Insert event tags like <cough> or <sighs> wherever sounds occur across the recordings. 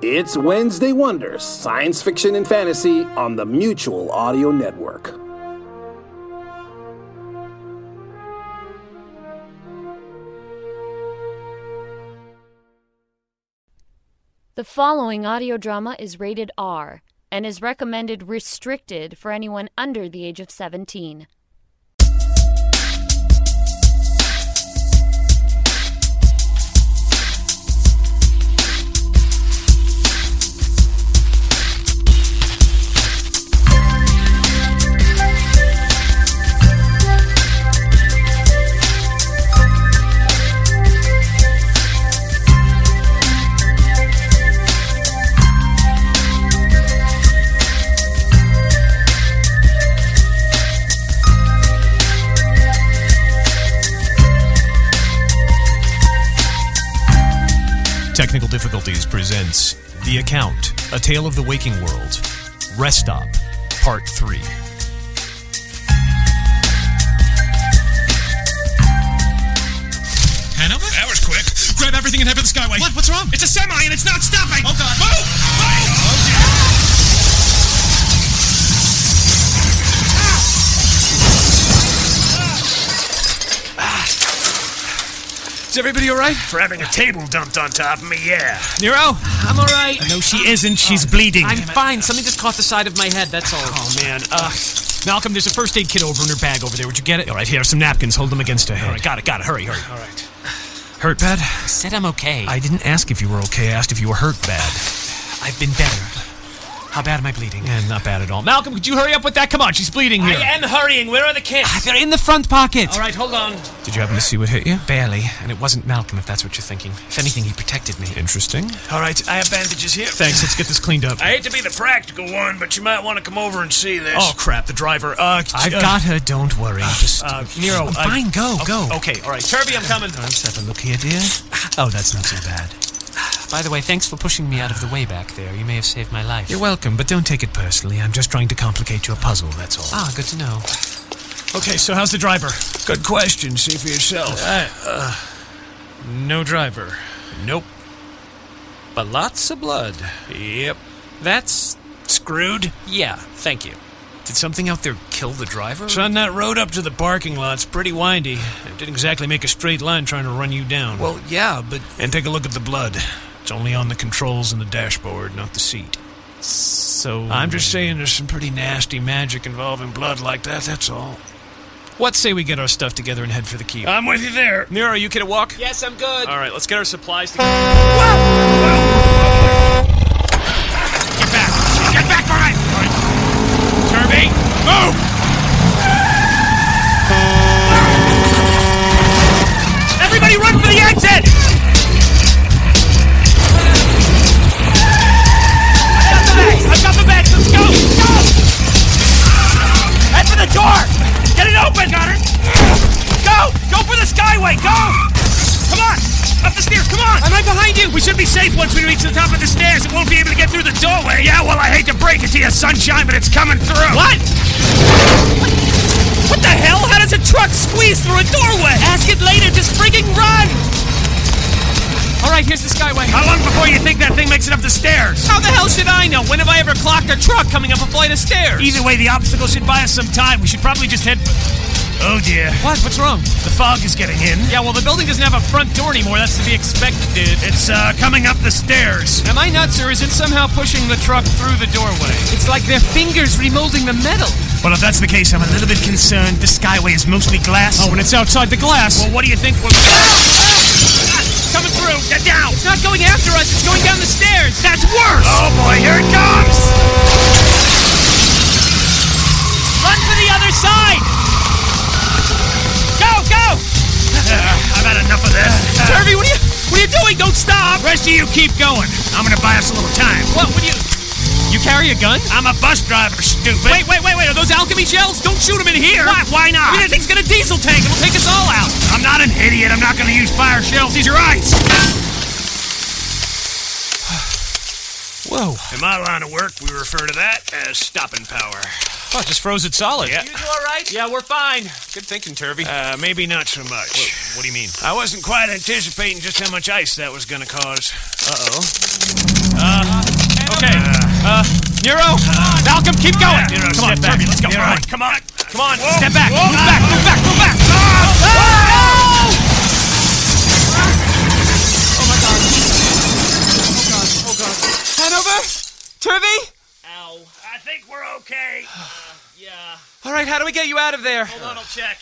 It's Wednesday Wonders, science fiction and fantasy on the Mutual Audio Network. The following audio drama is rated R and is recommended restricted for anyone under the age of 17. Technical Difficulties presents The Account, A Tale of the Waking World, Rest Stop, Part 3. Hanover? That was quick. Grab everything and head for the Skyway. What? What's wrong? It's a semi and it's not stopping. Oh, God. Oh, Move! Move! Ah! Is everybody all right? For having a table dumped on top of me, yeah. Nero? I'm all right. No, she isn't. She's bleeding. I'm fine. Something just caught the side of my head. That's all. Oh man. Uh, Malcolm, there's a first aid kit over in her bag over there. Would you get it? All right, here are some napkins. Hold them against her head. All right, got it. Got it. Hurry, hurry. All right. Hurt bad? said I'm okay. I didn't ask if you were okay. I asked if you were hurt bad. have been better. How bad am I bleeding? And not bad at all. Malcolm, could you hurry up with that? Come on, she's bleeding here. hurrying. Where are the kids? They're in the front pocket. right, hold on. Did you happen to see what hit you? Barely, and it wasn't Malcolm, if that's what you're thinking. If anything, he protected me. Interesting. All right, I have bandages here. Thanks. Let's get this cleaned up. I hate to be the practical one, but you might want to come over and see this. Oh crap! The driver. Uh, I've uh, got her. Don't worry. Just uh, Nero. I'm I- fine, go, Oh, go. Okay. All right. Kirby, I'm coming. Let's have a look here, dear. Oh, that's not so bad. By the way, thanks for pushing me out of the way back there. You may have saved my life. You're welcome, but don't take it personally. I'm just trying to complicate your puzzle. That's all. Ah, good to know. Okay. So how's the driver? Uh, Good question. See for yourself. No driver. nope. But lots of blood. Yep. That's. Screwed? Yeah, thank you. Did something out there kill the driver? Son, that road up to the parking lot's pretty windy. It didn't exactly make a straight line trying to run you down. Well, yeah, but and take a look at the blood. It's only on the controls and the dashboard, not the seat. so I'm just saying there's some pretty nasty magic involving blood like that, that's all. What say we get our stuff together and head for the key? I'm with you there. Nero, you can walk. Yes, I'm good. All right. Let's get our supplies together. Get back! Get back behind! Kirby, move! Everybody run for the exit! I've got the bags! I've got the bags! Let's go! Go! Head for the door! Get it open! Got her! Go! Go for the skyway! Go! Come on! Up the stairs! Come on! I'm right behind you! We should be safe once we reach the top of the stairs. It won't be able to get through the doorway. Yeah, well, I hate to break it to you, sunshine, but it's coming through. What? What the hell? How does a truck squeeze through a doorway? Ask it later. Just freaking run! All right, here's the skyway. How long before you think that thing makes it up the stairs? How the hell should I know? When have I ever clocked a truck coming up a flight of stairs? Either way, the obstacle should buy us some time. We should probably just head. Oh dear, What? What's wrong? the fog is getting in. Yeah, well, the building doesn't have a front door anymore. That's to be expected, dude. It's uh, coming up the stairs. Am I nuts, or is it somehow pushing the truck through the doorway? It's like their fingers remolding the metal. Well, if that's the case, I'm a little bit concerned. The skyway is mostly glass. Oh, and it's outside the glass. Well, what do you think? We're coming through. Get down. It's not going after us. It's going down the stairs. That's worse. Oh boy, here it comes. Run for the other side. Go, go. I've had enough of this. going! Don't stop! Rest of you keep going. I'm gonna buy us a little time. What? What do you? You carry a gun? I'm a bus driver, stupid. Wait, wait, wait, wait. Are those alchemy shells? Don't shoot them in here. Why, why not? I mean, that thing's got a diesel tank. It'll take us all out. I'm not an idiot. I'm not gonna use fire shells. These <sighs> are ice. Whoa. In my line of work, we refer to that as stopping power. Oh, it just froze it solid. Yeah. You all right? Yeah, we're fine. Good thinking, Turvy. Uh, maybe not so much. What do you mean? I wasn't quite anticipating just how much ice that was gonna cause. Uh-oh. okay. Uh, Nero, Uh, Malcolm, keep going. Nero, Come on, step back. Turvy, let's go. Nero, All right. come on. Come on, Whoa. step back. Whoa. Move back, move back, move back. Ah! Hanover, Turvy. Ow. I think we're okay. yeah. All right, how do we get you out of there? Hold on, I'll check.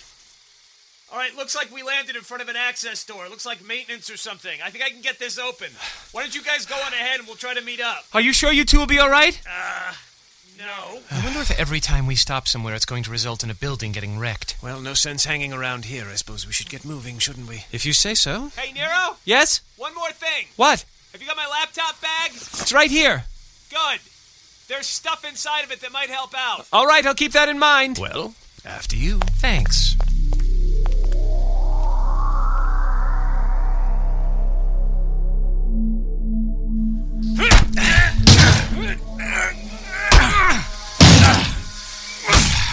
All right, looks like we landed in front of an access door. Looks like maintenance or something. I think I can get this open. Why don't you guys go on ahead and we'll try to meet up? Uh, Are you sure you two will be all right? No. I wonder if every time we stop somewhere, it's going to result in a building getting wrecked. Well, no sense hanging around here. I suppose we should get moving, shouldn't we? If you say so. Hey, Nero, Yes? one more thing. What? Have you got my laptop bag? It's right here. Good. There's stuff inside of it that might help out. All right, I'll keep that in mind. Well, after you. Thanks.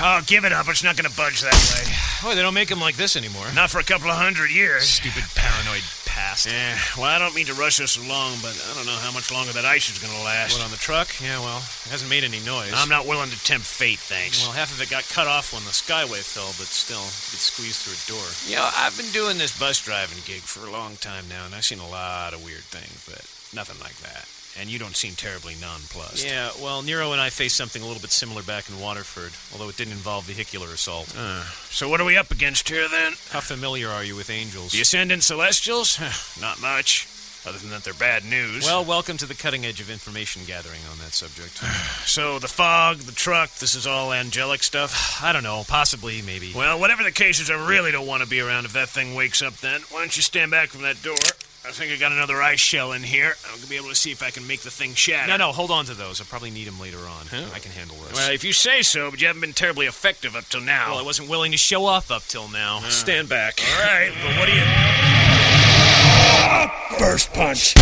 Oh, give it up. It's not going to budge that way. Boy, they don't make them like this anymore. Not for a couple of hundred years. Stupid paranoid past. Yeah, well, I don't mean to rush us along, but I don't know how much longer that ice is going to last. What, on the truck? Yeah, well, it hasn't made any noise. I'm not willing to tempt fate, thanks. Well, half of it got cut off when the skyway fell, but still, it squeezed through a door. You know, I've been doing this bus driving gig for a long time now, and I've seen a lot of weird things, but nothing like that. And you don't seem terribly nonplussed. Yeah, well, Nero and I faced something a little bit similar back in Waterford, although it didn't involve vehicular assault. So what are we up against here, then? How familiar are you with angels? The Ascendant Celestials? Not much, other than that they're bad news. Well, welcome to the cutting edge of information gathering on that subject. <sighs> so the fog, the truck, this is all angelic stuff? I don't know, possibly, maybe. Well, whatever the case is, I really don't want to be around if that thing wakes up then. Why don't you stand back from that door? I think I got another ice shell in here. I'm going to be able to see if I can make the thing shatter. No, no, hold on to those. I'll probably need them later on. I can handle this. Well, if you say so, but you haven't been terribly effective up till now. Well, I wasn't willing to show off up till now. Stand back. All right, but what do you. Burst punch.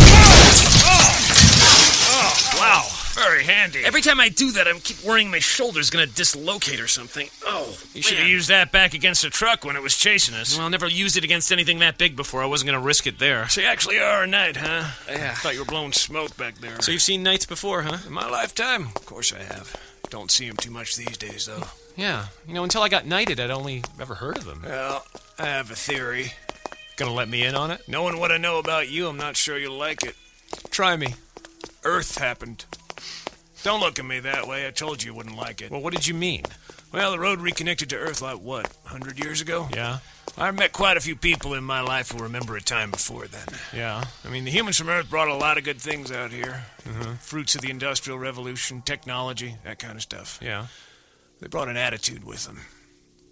Oh, wow. Very handy. Every time I do that, I'm keep worrying my shoulder's gonna dislocate or something. Oh, you should have used that back against the truck when it was chasing us. Well, I never used it against anything that big before. I wasn't going to risk it there. So you actually are a knight, huh? Yeah. I thought you were blowing smoke back there. So you've seen knights before, huh? in my lifetime, of course I have. Don't see him too much these days, though. Yeah. You know, until I got knighted, I'd only ever heard of them. Well, I have a theory. Gonna let me in on it? Knowing what I know about you, I'm not sure you'll like it. Try me. Earth happened. Don't look at me that way. I told you you wouldn't like it. Well, what did you mean? Well, the road reconnected to Earth like what, 100 years ago? Yeah. I've met quite a few people in my life who remember a time before then. Yeah. I mean, the humans from Earth brought a lot of good things out here Mm-hmm. fruits of the Industrial Revolution, technology, that kind of stuff. Yeah. They brought an attitude with them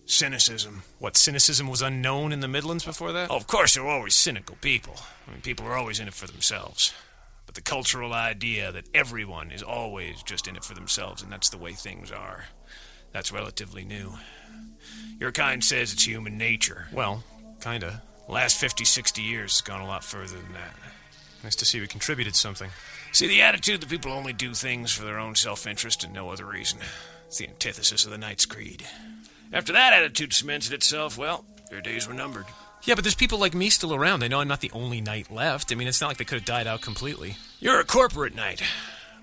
cynicism. What, cynicism was unknown in the Midlands before that? Oh, of course, there are always cynical people. I mean, people are always in it for themselves. But the cultural idea that everyone is always just in it for themselves and that's the way things are, that's relatively new. Your kind says it's human nature. Well, kinda. Last 50, 60 years has gone a lot further than that. Nice to see we contributed something. See, the attitude that people only do things for their own self interest and no other reason. It's the antithesis of the Knight's Creed. After that attitude cemented itself, well, their days were numbered. Yeah, but there's people like me still around. They know I'm not the only knight left. I mean, it's not like they could have died out completely. You're a corporate knight.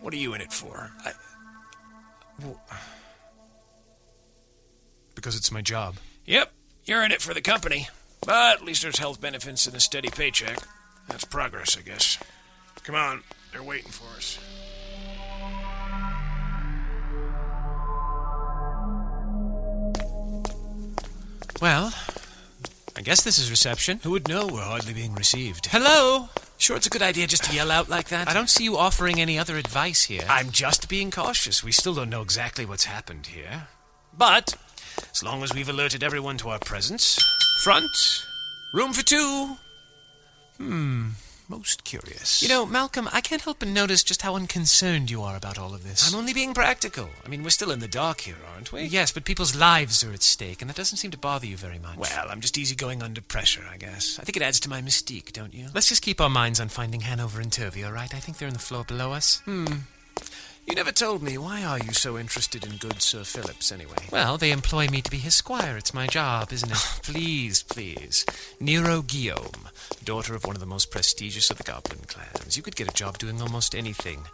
What are you in it for? I, Because it's my job. Yep, you're in it for the company. But at least there's health benefits and a steady paycheck. That's progress, I guess. Come on, they're waiting for us. Well, I guess this is reception. Who would know we're hardly being received? Hello? Sure, it's a good idea just to yell out like that. I don't see you offering any other advice here. I'm just being cautious. We still don't know exactly what's happened here. But, as long as we've alerted everyone to our presence. Front, room for two. most curious. You know, Malcolm, I can't help but notice just how unconcerned you are about all of this. I'm only being practical. I mean, we're still in the dark here, aren't we? Yes, but people's lives are at stake, and that doesn't seem to bother you very much. Well, I'm just easygoing under pressure, I guess. I think it adds to my mystique, don't you? Let's just keep our minds on finding Hanover and Turvey, all right? I think they're on the floor below us. You never told me. Why are you so interested in good Sir Phillips, anyway? Well, they employ me to be his squire. It's my job, isn't it? <sighs> Please, please. Nero Guillaume, daughter of one of the most prestigious of the goblin clans. You could get a job doing almost anything.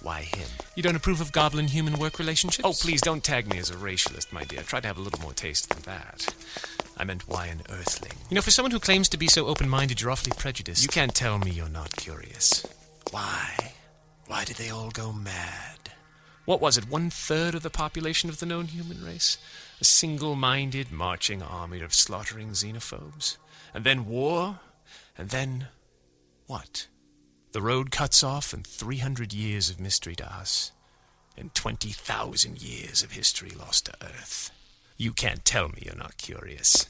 Why him? You don't approve of goblin human work relationships? Oh, please don't tag me as a racialist, my dear. Try to have a little more taste than that. I meant why an earthling. You know, for someone who claims to be so open minded, you're awfully prejudiced. You can't tell me you're not curious. Why? Why did they all go mad? What was it, one third of the population of the known human race? A single minded marching army of slaughtering xenophobes? And then war? And then. what? The road cuts off, and 300 years of mystery to us, and 20,000 years of history lost to Earth. You can't tell me you're not curious.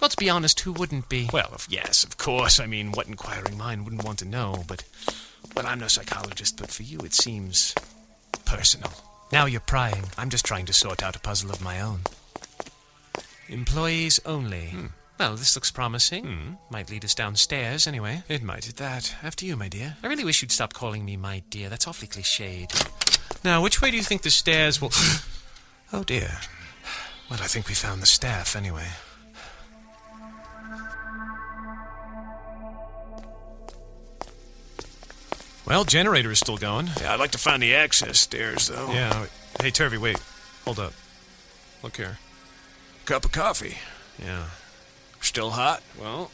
Well, to be honest, who wouldn't be? Well, of, yes, of course. I mean, what inquiring mind wouldn't want to know? But, well, I'm no psychologist, but for you it seems personal. Now you're prying. I'm just trying to sort out a puzzle of my own. Employees only. Hmm. Well, this looks promising. Might lead us downstairs, anyway. It might at that. After you, my dear. I really wish you'd stop calling me my dear. That's awfully cliched. Now, which way do you think the stairs <sighs> will. Oh dear. Well, I think we found the staff anyway. Well, generator is still going. Yeah, I'd like to find the access stairs though. Yeah. Hey, Turvey, wait. Hold up. Look here. Cup of coffee. Yeah. Still hot. Well,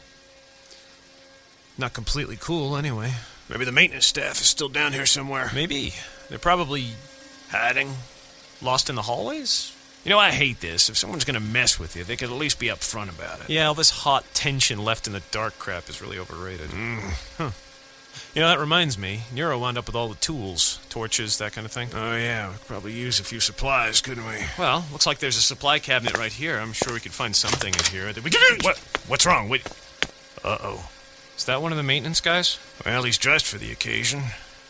not completely cool anyway. Maybe the maintenance staff is still down here somewhere. Maybe. They're probably Hiding. lost in the hallways? You know, I hate this. If someone's gonna mess with you, they could at least be upfront about it. Yeah, all this hot tension left in the dark crap is really overrated. Mm. Huh. You know, that reminds me. Nero wound up with all the tools, torches, that kind of thing. Oh yeah, we could probably use a few supplies, couldn't we? Well, looks like there's a supply cabinet right here. I'm sure we could find something in here that we What? What's wrong? Wait. Uh oh. Is that one of the maintenance guys? Well, he's dressed for the occasion.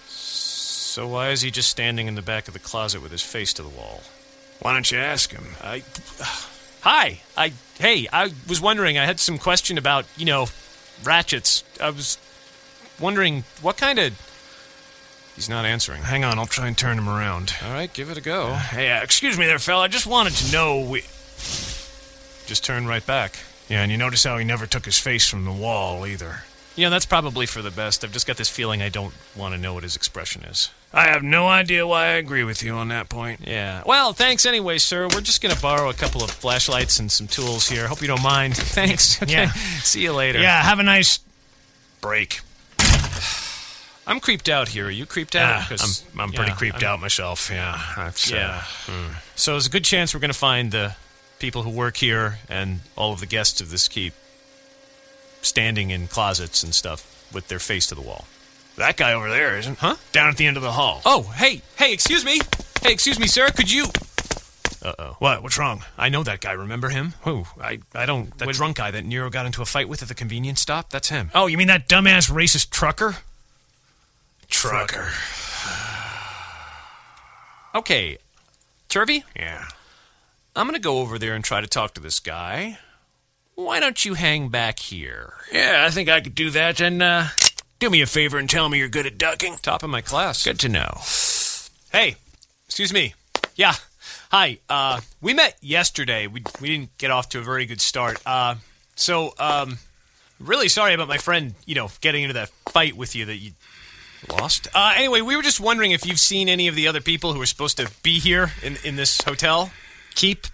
So why is he just standing in the back of the closet with his face to the wall? Why don't you ask him? I. Hi. I hey, I was wondering, I had some question about, you know, ratchets. I was wondering what kind of He's not answering. Hang on, I'll try and turn him around. All right, give it a go. Hey, uh, excuse me there, fella. I just wanted to know. We... Just turn right back. Yeah, and you notice how he never took his face from the wall either. You know, that's probably for the best. I've just got this feeling I don't want to know what his expression is. I have no idea why I agree with you on that point. Yeah. Well, thanks anyway, sir. We're just going to borrow a couple of flashlights and some tools here. Hope you don't mind. <laughs> Thanks. Okay. Yeah. See you later. Yeah, have a nice break. I'm creeped out here. Are you creeped out? 'Cause, Ah, I'm, I'm pretty yeah, creeped I'm- out myself. Yeah, that's, uh, Yeah. So there's a good chance we're going to find the people who work here and all of the guests of this keep standing in closets and stuff with their face to the wall. that guy over there isn't, Huh? Down at the end of the hall. Oh, hey, hey, excuse me. Hey, excuse me, sir. Could you? What? What's wrong? I know that guy. Remember him? Who? I I don't. That What- drunk guy that Nero got into a fight with at the convenience stop. That's him. Oh, you mean that dumbass racist trucker? Trucker. <sighs> Okay, Turvey, Yeah. I'm gonna go over there and try to talk to this guy. Why don't you hang back here? Yeah, I think I could do that. And uh, do me a favor and tell me you're good at ducking. Top of my class. Good to know. Hey, excuse me. Yeah. Hi. Uh, we met yesterday. We we didn't get off to a very good start. Uh, so um, really sorry about my friend. You know, getting into that fight with you that you lost. Uh, anyway, we were just wondering if you've seen any of the other people who are supposed to be here in in this hotel, keep,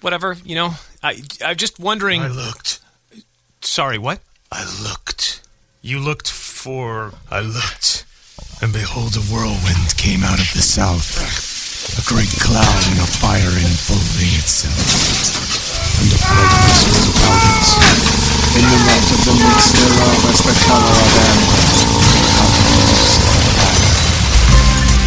whatever. You know, I I'm just wondering. looked. sorry, what? I looked. You looked for. I looked. And behold, a whirlwind came out of the south. A great cloud and a fire enfolding itself. And the brightness was about it. In the light of the mist thereof was the color of amber. Outlaws of fire.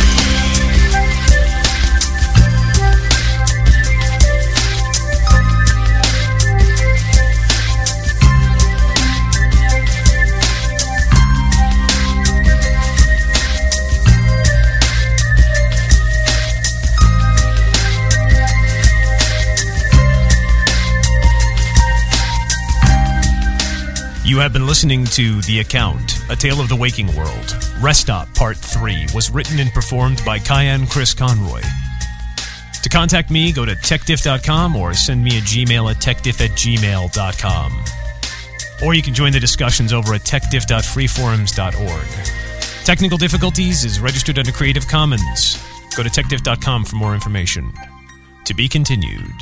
Thank have been listening to The Account, A Tale of the Waking World. Rest Up Part 3 was written and performed by Kyan Chris Conroy. To contact me, go to techdiff.com or send me a Gmail at techdiff at gmail.com. Or you can join the discussions over at techdiff.freeforums.org. Technical Difficulties is registered under Creative Commons. Go to techdiff.com for more information. To be continued.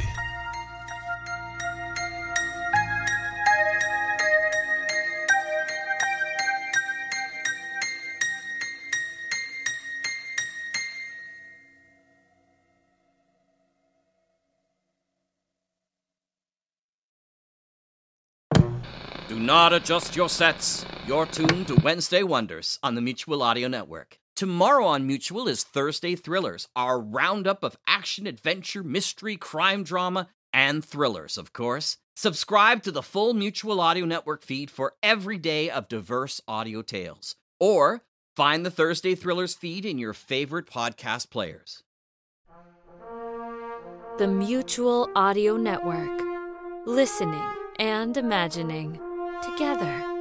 Do not adjust your sets. You're tuned to Wednesday Wonders on the Mutual Audio Network. Tomorrow on Mutual is Thursday Thrillers, our roundup of action, adventure, mystery, crime drama, and thrillers, of course. Subscribe to the full Mutual Audio Network feed for every day of diverse audio tales. Or find the Thursday Thrillers feed in your favorite podcast players. The Mutual Audio Network. Listening and imagining together.